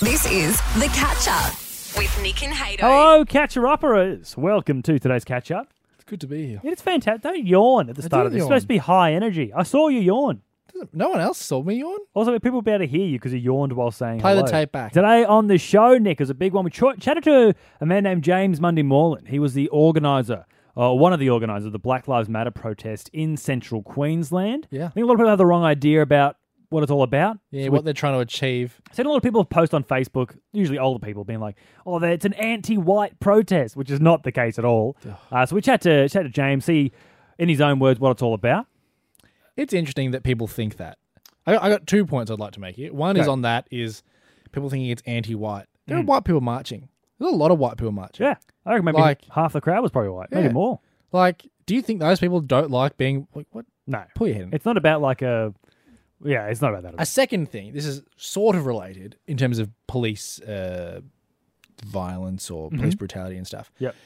This is The Catch Up with Nick and Hato. Hello, catcher operas. Oh, Welcome to today's catch up. It's good to be here. It's fantastic. Don't yawn at the start of didn't this. It's supposed yawn. to be high energy. I saw you yawn. No one else saw me yawn. Also, people will be able to hear you because you yawned while saying Play the hello. tape back. Today on the show, Nick, is a big one. We ch- chatted to a man named James Mundy Moreland. He was the organiser, uh, one of the organisers of the Black Lives Matter protest in central Queensland. Yeah. I think a lot of people have the wrong idea about what it's all about. Yeah, what they're trying to achieve. I've seen a lot of people post on Facebook, usually older people, being like, "Oh, that- it's an anti-white protest," which is not the case at all. Uh, so we chat to chat to James, see in his own words what it's all about. It's interesting that people think that. I, I got two points I'd like to make here. One is Okay. on that is people thinking it's anti-white. There are white people marching. There's a lot of white people marching. Yeah, I reckon maybe Like- half the crowd was probably white, Yeah. maybe more. Like, do you think those people don't like being like what? No, Pull your head in. it's not about like a. Yeah, it's not about that. At A all. second thing, this is sort of related in terms of police uh, violence or police brutality and stuff. Yep.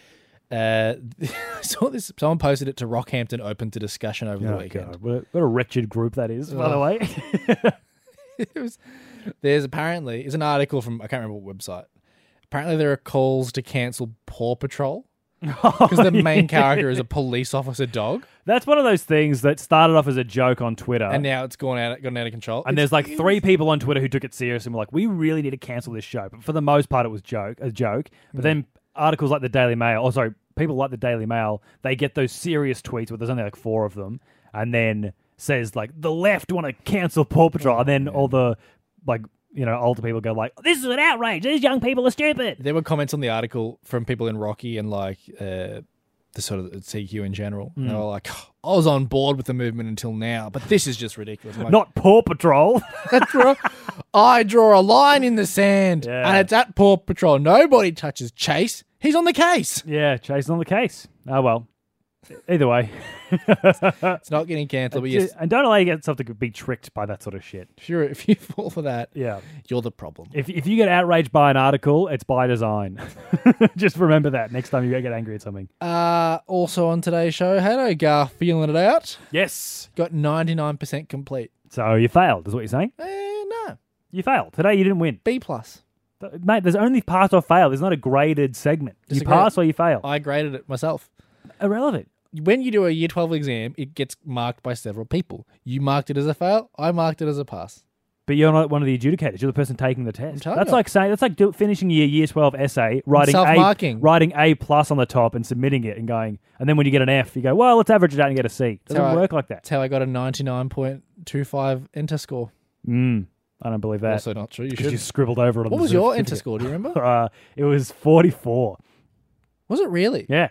Uh, I saw this. Someone posted it to Rockhampton Open to discussion over the Oh, weekend. God. What, a, what a wretched group that is, by the way. it was, there's apparently is an article from I can't remember what website. Apparently, there are calls to cancel Paw Patrol because Oh, the main character is a police officer dog, That's one of those things that started off as a joke on Twitter. and now it's gone out, gotten out of control. Uh, And It's- there's like three people on Twitter who took it serious and were like, "We really need to cancel this show." But for the most part, it was joke, a joke. But then articles like the Daily Mail, or sorry, people like the Daily Mail, they get those serious tweets where there's only like four of them, and then says like the left want to cancel Paw Patrol, and then all the like you know older people go like, "This is an outrage. These young people are stupid." there were comments on the article from people in Rocky and like uh, the sort of CQ in general. And they Mm. were like, "I was on board with the movement until now, but this is just ridiculous." I'm like, Not Paw Patrol. "That's right. I draw a line in the sand, Yeah. and it's at Paw Patrol. Nobody touches Chase. He's on the case. yeah, chasing on the case. Oh well. Either way, It's not getting cancelled. But yes, and don't allow yourself to be tricked by that sort of shit. if you if you fall for that, Yeah. you're the problem. If, if you get outraged by an article, it's by design. Just remember that next time you get angry at something. Uh, also on today's show, hello Gar, feeling it out. Yes. Got ninety nine percent complete. So you failed, is what you're saying? Eh, no, You failed. Today you didn't win. B plus. Th- Mate, there's only pass or fail. There's not a graded segment. You Disagree. pass or you fail. I graded it myself. Irrelevant. When you do a year twelve exam, it gets marked by several people. You marked it as a fail. I marked it as a pass. But you're not one of the adjudicators. You're the person taking the test. telling That's you. like saying that's like do, finishing your year 12 essay, writing a Self-marking. writing a plus on the top and submitting it and going. And then when you get an F, you go, well, let's average it out and get a C. Doesn't how I- work like that. That's how I got a ninety nine point two five enter score. Mm, I don't believe that. Also not true. You Because you should. scribbled over it. On What the was your certificate. enter score? Do you remember? Uh, it was 44. Was it really? Yeah.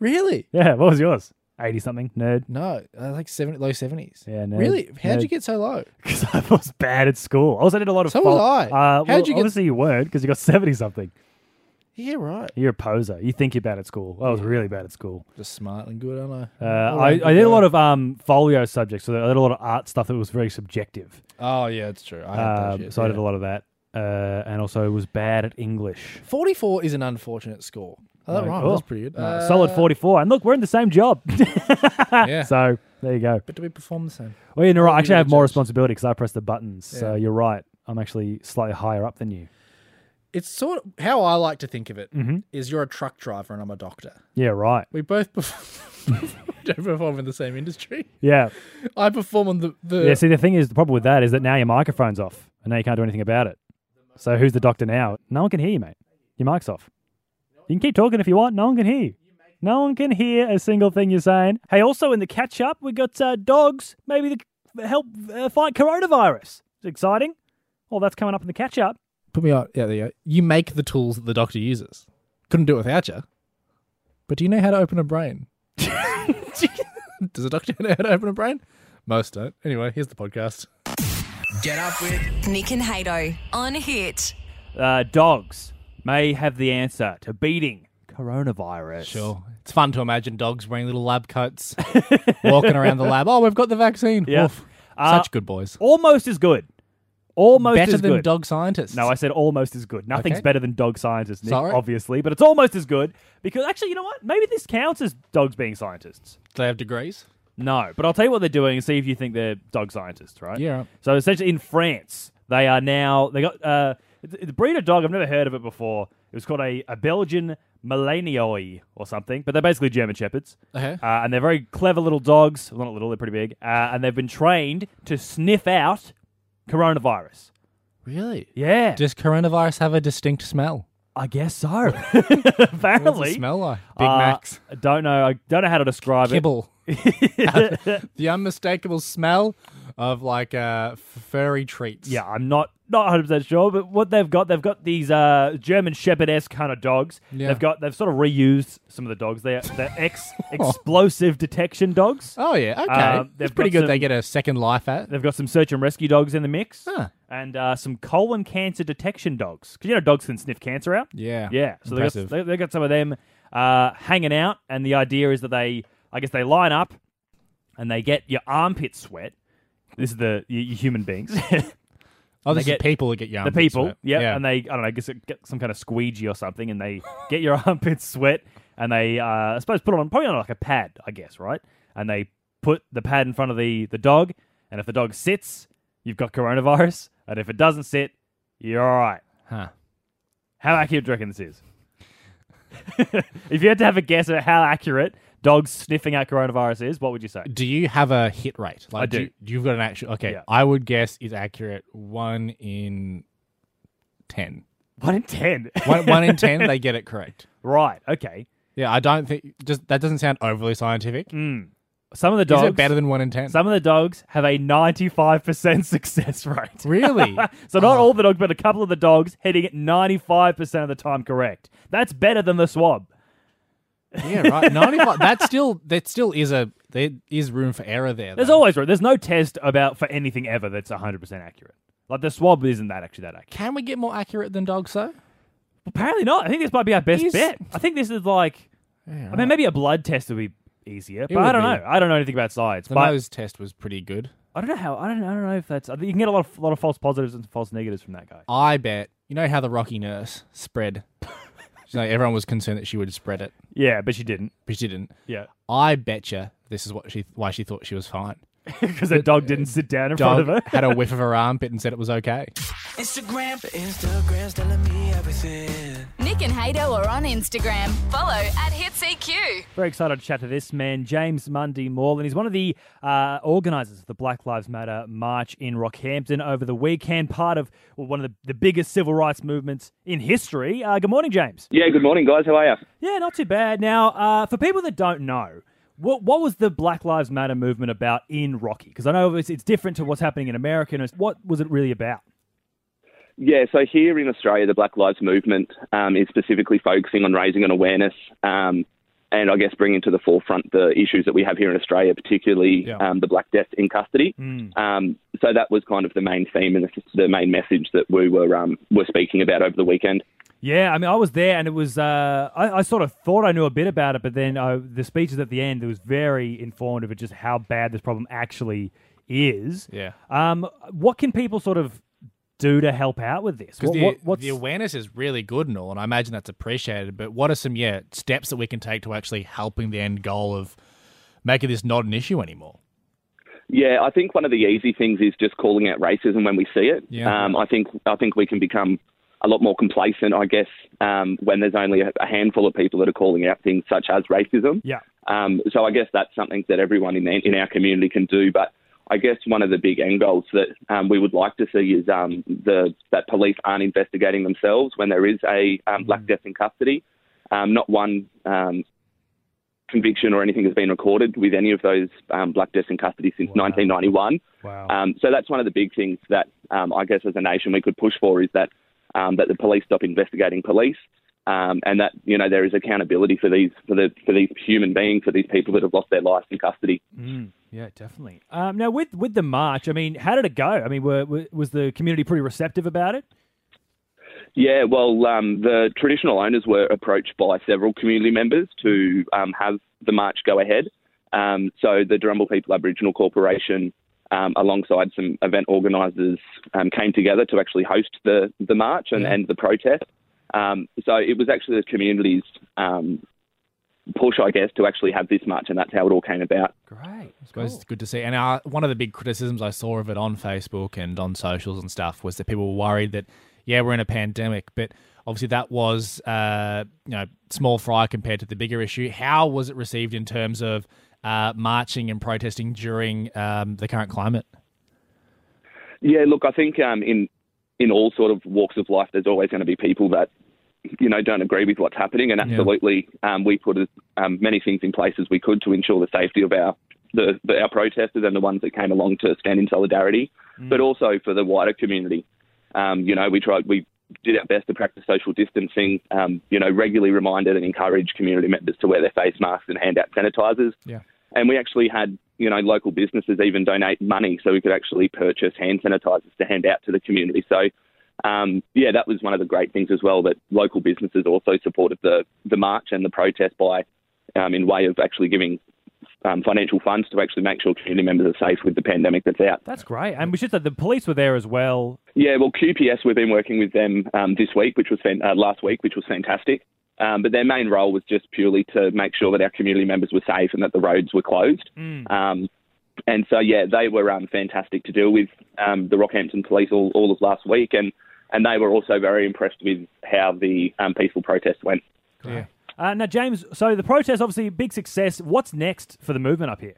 Really? Yeah. What was yours? 80 something, nerd. No, I was like seventy, low seventies. Yeah, nerd. Really? How'd Nerd. you get so low? Because I was bad at school. I also did a lot of So fol- was Uh, I. How'd well, you get- Obviously, you weren't because you got 70 something. Yeah, right. You're a poser. You think you're bad at school. I was really bad at school. Just smart and good, aren't I? Uh, I, I did a lot of um, folio subjects. So I did a lot of art stuff that was very subjective. Oh yeah, it's true. I had that Um, shit, so I did yeah. a lot of that. Uh, and also was bad at English. Forty-four is an unfortunate score. Oh, that Like, rhymed. oh, That's pretty good. uh, solid 44. And look, we're in the same job. Yeah. So there you go. But do we perform the same? Well, you're right. Actually, Oh, I the have more judge. responsibility because I press the buttons. So Yeah. you're right. I'm actually slightly higher up than you. It's sort of how I like to think of it Mm-hmm. is you're a truck driver and I'm a doctor. Yeah, right. We both perform, don't perform in the same industry. Yeah. I perform on the, the Yeah. See, the thing is, the problem with that is that now your microphone's off and now you can't do anything about it. So who's the doctor now? No one can hear you, mate. Your mic's off. You can keep talking if you want. No one can hear you. No one can hear a single thing you're saying. Hey, also in the catch up, we got uh, dogs. Maybe to help uh, fight coronavirus. It's exciting. Well, that's coming up in the catch up. put me on. Yeah, there you go. You make the tools that the doctor uses. Couldn't do it without you. But do you know how to open a brain? Does a doctor know how to open a brain? Most don't. Anyway, here's the podcast. Get up with Nick and Hato on Hit. uh, dogs may have the answer to beating coronavirus. Sure. It's fun to imagine dogs wearing little lab coats, walking around the lab. Oh, we've got the vaccine. Yeah. Woof. Uh, Such good boys. Almost as good. Almost Better as than good. dog scientists. No, I said almost as good. Nothing's Okay. better than dog scientists, Nick, Sorry. obviously, but it's almost as good because actually, you know what? Maybe this counts as dogs being scientists. they have degrees. No, but I'll tell you what they're doing and see if you think they're dog scientists, right? Yeah. So essentially, in France, they are now they got uh, It's, it's a breed of dog. I've never heard of it before. It was called a, a Belgian Malanioi or something, but they're basically German Shepherds. Okay. Uh, and they're very clever little dogs. Well, not little, they're pretty big. Uh, and they've been trained to sniff out coronavirus. Really? Yeah. Does coronavirus have a distinct smell? I guess so. What's Apparently. it smell like? Uh, I don't know. I don't know how to describe Kibble. it. The unmistakable smell of like uh, f- furry treats. Yeah, I'm not not 100 percent sure, but what they've got, they've got these uh, German Shepherd esque kind of dogs. Yeah. They've got they've sort of reused some of the dogs. They're they're ex explosive detection dogs. Oh yeah. Okay. Uh, it's they've pretty got good. some- they get a second life at. They've got some search and rescue dogs in the mix, Huh. and uh, some colon cancer detection dogs. Because you know dogs can sniff cancer out. Yeah. yeah. So they got, Impressive. they, they got some of them uh, hanging out, and the idea is that they, I guess, they line up, and they get your armpit sweat. This is the you, you human beings. Oh, there's They the get- people that get your the armpits people, wet. yeah, and they, I don't know, I guess it get some kind of squeegee or something, and they get your armpit sweat, and they, uh, I suppose, put it on probably on like a pad, I guess, right? And they put the pad in front of the the dog, and if the dog sits, you've got coronavirus, and if it doesn't sit, you're all right. Huh. How accurate do you reckon this is? if you had to have a guess at how accurate dogs sniffing out coronavirus is, what would you say? Do you have a hit rate? Like, I do. You, you've got an actual. Okay. Yeah. I would guess is accurate one in ten. One in ten. One, one in ten, they get it correct. right. Okay. Yeah, I don't think just that doesn't sound overly scientific. Some of the Is dogs it better than one in ten? Some of the dogs have a 95% success rate. Really? so not all the dogs, but a couple of the dogs hitting it 95% of the time correct. That's better than the swab. yeah, right. Ninety-five. that still that still is a there is room for error there. There's though. always there's no test about for anything ever that's 100% accurate. Like the swab isn't that actually that accurate. Can we get more accurate than dogs though? Apparently not. I think this might be our best Is- bet. I think this is like I mean maybe a blood test would be easier, but would I don't be. know. I don't know anything about science. The but nose test was pretty good. I don't know how I don't I don't know if that's I think you can get a lot of lot of false positives and false negatives from that guy. I bet you know how the Rocky nurse spread. so everyone was concerned that she would spread it, Yeah, but she didn't. but she didn't. Yeah. I betcha this is what she why she thought she was fine. Because the dog didn't sit down in front of her. Dog had a whiff of her armpit and said it was okay. Instagram, Instagram's telling me everything. Nick and Hato are on Instagram. Follow at HitsEQ. Very excited to chat to this man, James Mundy Moreland. He's one of the uh, organisers of the Black Lives Matter march in Rockhampton over the weekend, part of well, one of the, the biggest civil rights movements in history. Uh, good morning, James. Yeah, good morning, guys. How are you? Yeah, not too bad. Now, uh, for people that don't know, what, what was the Black Lives Matter movement about in Rocky? Because I know it's, it's different to what's happening in America. And it's- what was it really about? Yeah, so here in Australia, the Black Lives Movement um, is specifically focusing on raising an awareness um, and I guess bringing to the forefront the issues that we have here in Australia, particularly Yeah. Hmm. um, the Black Death in custody. Um, so that was kind of the main theme and the, the main message that we were um, were speaking about over the weekend. Yeah, I mean, I was there, and it was. Uh, I, I sort of thought I knew a bit about it, but then uh, the speeches at the end it was very informative of just how bad this problem actually is. Yeah. Um, what can people sort of do to help out with this? Because Uh, What, the, what, what's the awareness is really good and all, and I imagine that's appreciated. But what are some yeah steps that we can take to actually helping the end goal of making this not an issue anymore? Yeah, I think one of the easy things is just calling out racism when we see it. Yeah. Um, I think I think we can become a lot more complacent, I guess, um, when there's only a, a handful of people that are calling out things such as racism. yeah, Um, so I guess that's something that everyone in, in our community can do. But I guess one of the big end goals that um, we would like to see is um, the, that police aren't investigating themselves when there is a um, black death in custody. Um, not one um, conviction or anything has been recorded with any of those um, black deaths in custody since 1991. Wow. Um, so that's one of the big things that um, I guess as a nation we could push for is that um, that the police stop investigating police. Um, and that you know there is accountability for these for the for these human beings for these people that have lost their lives in custody. Mm. yeah, definitely. Um, now with with the march, I mean, how did it go? I mean, were, were, was the community pretty receptive about it? Yeah, well, um, the traditional owners were approached by several community members to um, have the march go ahead. Um, so the Drumble People Aboriginal Corporation, um, alongside some event organisers, um, came together to actually host the, the march and, and the protest. Um, so it was actually the community's um, push, I guess, to actually have this march, and that's how it all came about. Great. I suppose it's good to see. And uh, one of the big criticisms I saw of it on Facebook and on socials and stuff was that people were worried that yeah, we're in a pandemic, but obviously that was uh, you know small fry compared to the bigger issue. How was it received in terms of uh, marching and protesting during um, the current climate? Yeah, look, I think um, in in all sort of walks of life, there's always going to be people that you know don't agree with what's happening, and absolutely, um, we put as um, many things in place as we could to ensure the safety of our the, the our protesters and the ones that came along to stand in solidarity, but also for the wider community. Um, you know, we tried we did our best to practice social distancing. Um, you know, regularly reminded and encouraged community members to wear their face masks and hand out sanitizers. Yeah. And we actually had, you know, local businesses even donate money so we could actually purchase hand sanitizers to hand out to the community. So, um, yeah, that was one of the great things as well that local businesses also supported the, the march and the protest by, um, in way of actually giving um, financial funds to actually make sure community members are safe with the pandemic that's out. That's great. And we should say the police were there as well. Yeah, well, QPS, we've been working with them um, this week, which was fan- uh, last week, which was fantastic. Um, but their main role was just purely to make sure that our community members were safe and that the roads were closed. Um, and so, yeah, they were um, fantastic to deal with um, the Rockhampton Police all, all of last week, and, and they were also very impressed with how the um, peaceful protest went. Uh, now, James, so the protest obviously a big success. What's next for the movement up here?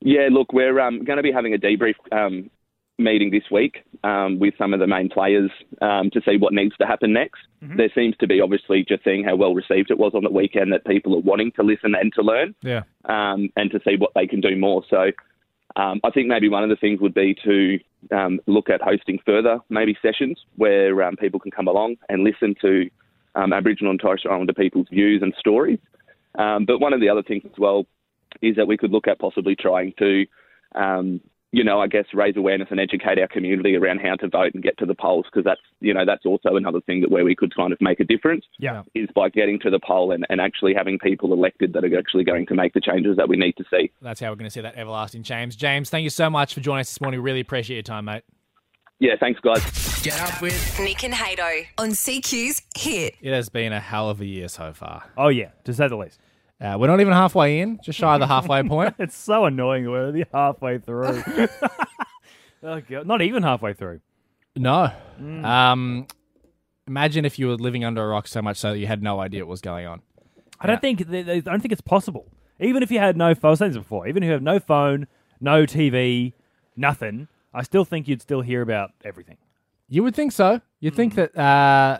Yeah, look, we're um, going to be having a debrief um, meeting this week um, with some of the main players um, to see what needs to happen next. There seems to be obviously just seeing how well received it was on the weekend that people are wanting to listen and to learn Yeah. um, and to see what they can do more. So um, I think maybe one of the things would be to um, look at hosting further maybe sessions where um, people can come along and listen to um, Aboriginal and Torres Strait Islander people's views and stories. Um, but one of the other things as well is that we could look at possibly trying to, um, you know, I guess raise awareness and educate our community around how to vote and get to the polls because that's, you know, that's also another thing that where we could kind of make a difference Yeah. is by getting to the poll and, and actually having people elected that are actually going to make the changes that we need to see. That's how we're going to see that everlasting James. James, thank you so much for joining us this morning. Really appreciate your time, mate. Yeah, thanks, guys. Get up with Nick and Hato on CQ's Hit. It has been a hell of a year so far. Oh, yeah, to say the least. Uh, we're not even halfway in, just shy of the halfway point. It's so annoying. that We're only halfway through. oh, God. Not even halfway through. No. Um, imagine if you were living under a rock so much so that you had no idea what was going on. I don't think th- th- I don't think it's possible. Even if you had no phone, I've said this before. Even if you have no phone, no TV, nothing, I still think you'd still hear about everything. You would think so. You'd think that uh,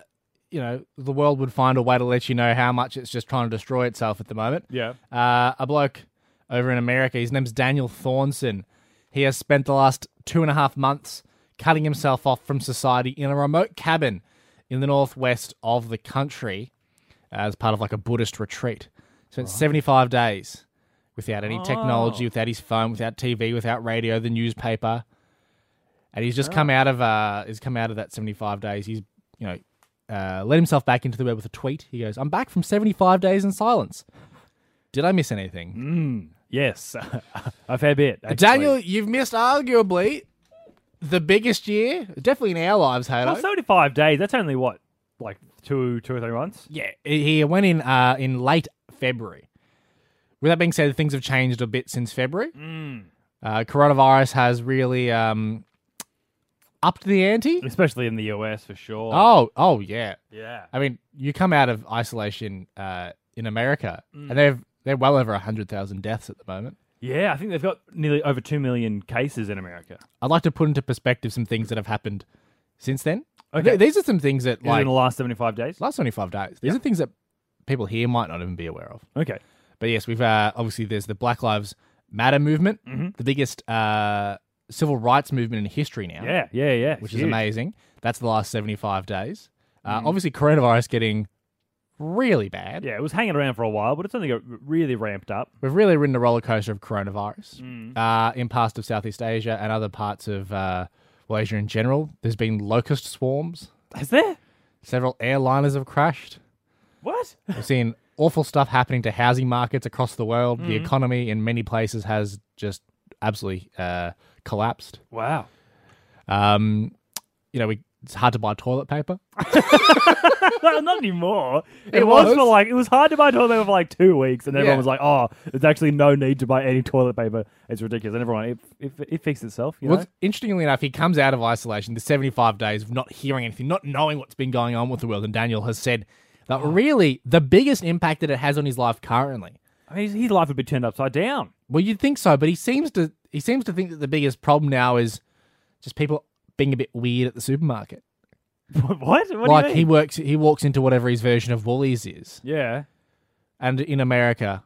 you know the world would find a way to let you know how much it's just trying to destroy itself at the moment. Yeah. Uh, a bloke over in America, his name's Daniel Thornson. He has spent the last two and a half months cutting himself off from society in a remote cabin in the northwest of the country as part of like a Buddhist retreat. Spent 75 days without any technology, without his phone, without TV, without radio, the newspaper. And he's just come out of uh, he's come out of that 75 days. He's you know uh, let himself back into the web with a tweet. He goes, "I'm back from 75 days in silence." Did I miss anything? Mm, Yes, a fair bit. actually. Daniel, you've missed arguably the biggest year, definitely in our lives, well, Halo. seventy-five days. That's only what, like two, two or three months. yeah, he went in uh, in late February. With that being said, things have changed a bit since February. Mm. Uh, coronavirus has really um, upped the ante. Especially in the US for sure. Oh, oh yeah. yeah. I mean, you come out of isolation uh, in America, Mm. and they've they're well over hundred thousand deaths at the moment. Yeah, I think they've got nearly over 2 million cases in America. I'd like to put into perspective some things that have happened since then. Okay. Th- these are some things that Is it like in the last 75 days? last 25 days. These are things that people here might not even be aware of. Okay. But yes, we've uh, obviously there's the Black Lives Matter movement, Mm-hmm. the biggest uh, civil rights movement in history now, Yeah, yeah, yeah. which Huge. Mm-hmm. is amazing. That's the last 75 days. Uh, Obviously, coronavirus getting really bad. Yeah, it was hanging around for a while, but it's only got r- really ramped up. We've really ridden a roller coaster of coronavirus Mm. uh, in parts of Southeast Asia and other parts of uh, well, Asia in general. There's been locust swarms. Is there? Several airliners have crashed. What? We've seen awful stuff happening to housing markets across the world. The economy in many places has just absolutely uh, collapsed. wow. Um, you know, we it's hard to buy toilet paper. No, not anymore. It, was. was. for like it was hard to buy toilet paper for like two weeks, and everyone Yeah. was like, "Oh, there's actually no need to buy any toilet paper. It's ridiculous." And everyone, it it, it fixed itself. You know? Well, interestingly enough, he comes out of isolation, the 75 days of not hearing anything, not knowing what's been going on with the world. And Daniel has said that really the biggest impact that it has on his life currently. I mean, his, his life would be turned upside down. Well, you'd think so, but he seems to he seems to think that the biggest problem now is just people being a bit weird at the supermarket. what? What do you like he mean? works, he walks into whatever his version of Woolies is, Yeah. and in America,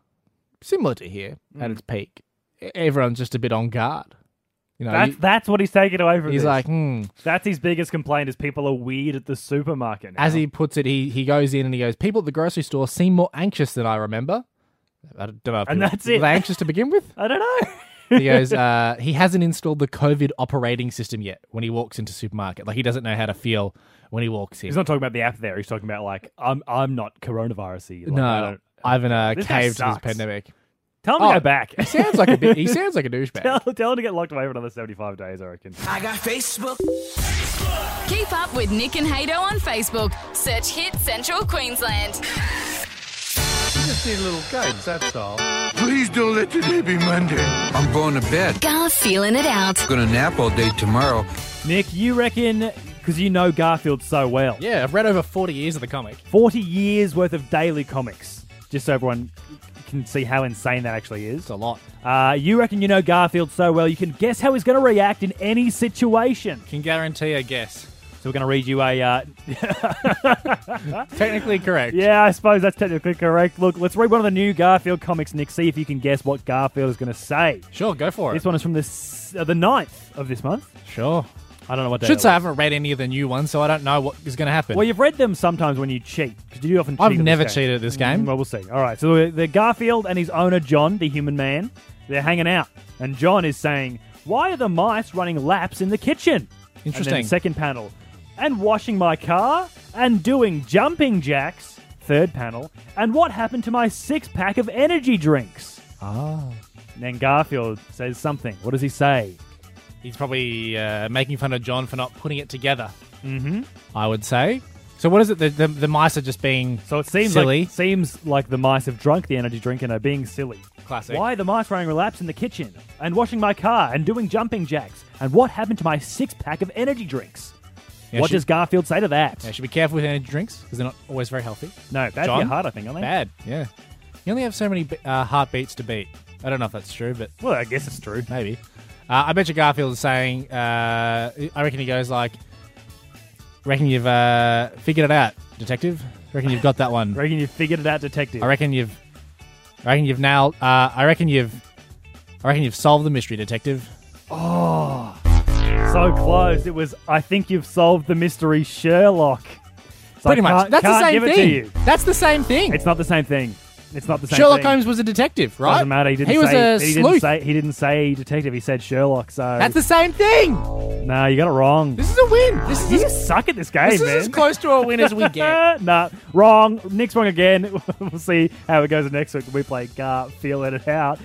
similar to here Mm. at its peak, e- everyone's just a bit on guard. You know, That's you- that's what he's taking away from. he's this. like, hmm. that's his biggest complaint is people are weird at the supermarket. Now. as he puts it, he he goes in and he goes, people at the grocery store seem more anxious than I remember. I don't know. If And people- that's were it. they anxious to begin with? I don't know. He goes, uh, he hasn't installed the COVID operating system yet when he walks into supermarket. Like he doesn't know how to feel when he walks in. He's not talking about the app there. He's talking about like I'm I'm not coronavirusy. Like, I no, don't- Ivan uh, This guy caved to this sucks. pandemic. Tell him to Oh. go back. He sounds like a bit, he sounds like a douchebag. tell, tell him to get locked away for another seventy five days. I reckon. I got Facebook. Keep up with Nick and Hato on Facebook. Search Hit Central Queensland. Just did little games. That's all. Please don't let today be Monday. I'm going to bed. Gar feeling it out. Gonna nap all day tomorrow. Nick, you reckon because you know Garfield so well. Yeah, I've read over forty years of the comic. Forty years worth of daily comics, just so everyone can see how insane that actually is. It's a lot. Uh, you reckon you know Garfield so well, you can guess how he's going to react in any situation. Can guarantee a guess. So we're going to read you a. Uh, Technically correct. yeah, I suppose that's technically correct. Look, let's read one of the new Garfield comics, Nick. See if you can guess what Garfield is going to say. Sure, go for it. This one is from the s- uh, the 9th of this month. Sure. I don't know what day. Should that say I was. haven't read any of the new ones, so I don't know what is going to happen. Well, you've read them sometimes when you cheat because you do often. Cheat I've at this never game. cheated at this game. Mm, Well, we'll see. All right. So the Garfield and his owner John, the human man, they're hanging out, and John is saying, "Why are the mice running laps in the kitchen?" And then Interesting. the second panel, and washing my car and doing jumping jacks. Third panel, and what happened to my six pack of energy drinks? Ah. And then Garfield says something. What does he say? He's probably uh, making fun of John for not putting it together. Mm-hmm. I would say. So what is it? The, the, the mice are just being So it seems silly. like seems like the mice have drunk the energy drink and are being silly. Classic. Why are the mice running laps in the kitchen and washing my car and doing jumping jacks? And what happened to my six pack of energy drinks? Yeah, what should- does Garfield say to that? Yeah, should be careful with energy drinks because they're not always very healthy. no, that'd John? be hard, I think, aren't they? Bad. Yeah. You only have so many be- uh, heartbeats to beat. I don't know if that's true, but Well, I guess it's true. maybe. Uh, I bet you Garfield is saying. Uh, I reckon he goes like, "Reckon you've uh, figured it out, detective. Reckon you've got that one. Reckon you figured it out, detective. I reckon you've, I reckon you've nailed. Uh, I reckon you've, I reckon you've solved the mystery, detective. So close. It was. I think you've solved the mystery, Sherlock. It's like, Pretty much. can't- That's the can't same give it to thing. you. That's the same thing. It's not the same thing. It's not the same. Sherlock thing. Holmes was a detective, right? Doesn't matter. He didn't was say. a he sleuth. didn't say. He didn't say detective. He said Sherlock. So That's the same thing. No, you got it wrong. This is a win. This is you as, suck at this game, this is man. as close to a win as we get. nah, wrong. Nick's wrong again. we'll see how it goes next week when we play Gar Feeling It Out.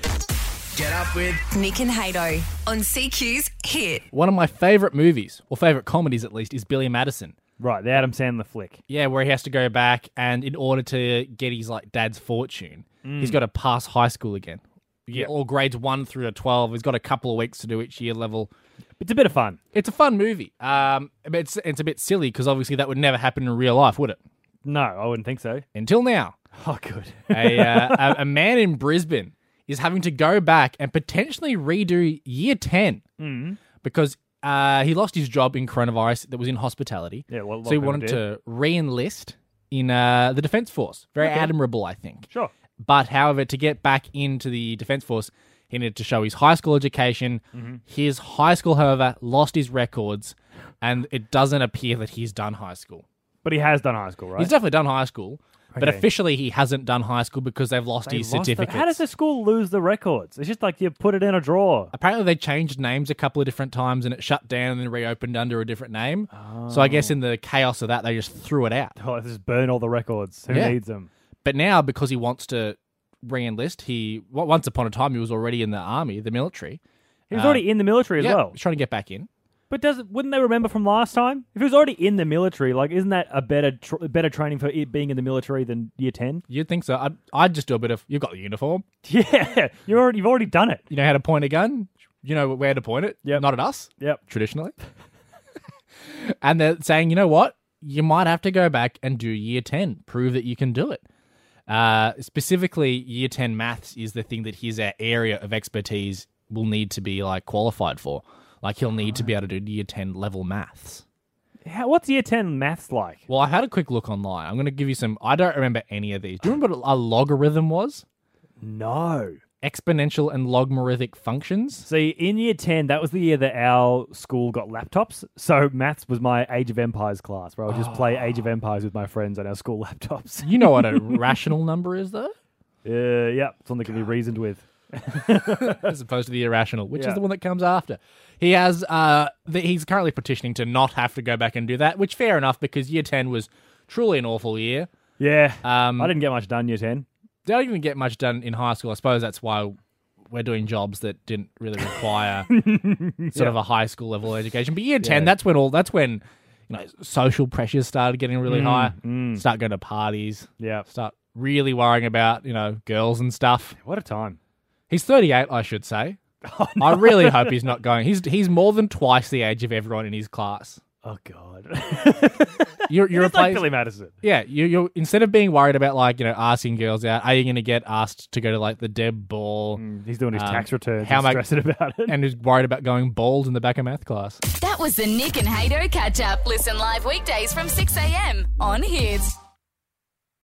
Get up with Nick and Hato on CQ's Hit. One of my favorite movies, or favorite comedies at least, is Billy Madison. Right, the Adam Sandler flick. Yeah, where he has to go back and in order to get his like dad's fortune, he's got to pass high school again. Yeah, all grades one through to twelve. He's got a couple of weeks to do each year level. It's a bit of fun. It's a fun movie. Um, but it's it's a bit silly because obviously that would never happen in real life, would it? No, I wouldn't think so. Until now, Oh, good. a uh, a, a man in Brisbane is having to go back and potentially redo year ten Mm. because uh, he lost his job in coronavirus that was in hospitality. Yeah, well, a lot so he of people wanted did. to re-enlist in uh, the defence force. Very admirable, I think. Sure. But however, to get back into the defence force, he needed to show his high school education. Mm-hmm. His high school, however, lost his records, and it doesn't appear that he's done high school. But he has done high school, right? He's definitely done high school, but Okay. officially he hasn't done high school because they've lost They his lost the- certificates. How does the school lose the records? It's just like you put it in a drawer. Apparently, they changed names a couple of different times, and it shut down and then reopened under a different name. So I guess in the chaos of that, they just threw it out. Oh, just burn all the records. Who Yeah. needs them? But now, because he wants to re-enlist, he w- once upon a time he was already in the army, the military. He was already in the military as Uh, Yeah, well. he's trying to get back in. But does wouldn't they remember from last time? If it was already in the military, like isn't that a better tr- better training for it being in the military than year ten? You'd think so. I'd, I'd just do a bit of, you've got the uniform. Yeah, you already you've already done it. You know how to point a gun. You know where to point it. Yep. Not at us, Yep. traditionally. and they're saying, you know what? You might have to go back and do year 10. Prove that you can do it. Uh, specifically, year 10 maths is the thing that his uh, area of expertise will need to be like qualified for. Like he'll need to be able to do year 10 level maths. How, what's year ten maths like? Well, I had a quick look online. I'm going to give you some. I don't remember any of these. Do you remember what a logarithm was? No. Exponential and logarithmic functions. See, in year ten, that was the year that our school got laptops. So maths was my Age of Empires class, where I would just play Ah. Age of Empires with my friends on our school laptops. You know what a rational number is, though? Yeah, yeah, something that can be reasoned with. as opposed to the irrational, which Yeah. is the one that comes after. He has uh, the, he's currently petitioning to not have to go back and do that, which fair enough because year ten was truly an awful year. Yeah, Um, I didn't get much done year ten. They don't even get much done in high school. I suppose that's why we're doing jobs that didn't really require sort of a high school level education. But year ten, that's when all that's when you know social pressures started getting really Mm, high. Start going to parties. Yeah, Start really worrying about you know girls and stuff. what a time. He's 38, I should say. Oh, I really hope he's not going. He's he's more than twice the age of everyone in his class. Oh god, You're you're a it's like place, Billy Madison. yeah. You you instead of being worried about like you know asking girls out, are you going to get asked to go to like the deb ball? He's doing his Um, tax returns. how How am I- stressing about it? And is worried about going bald in the back of math class. That was the Nick and Hato catch up. Listen live weekdays from 6 a.m. on Hits.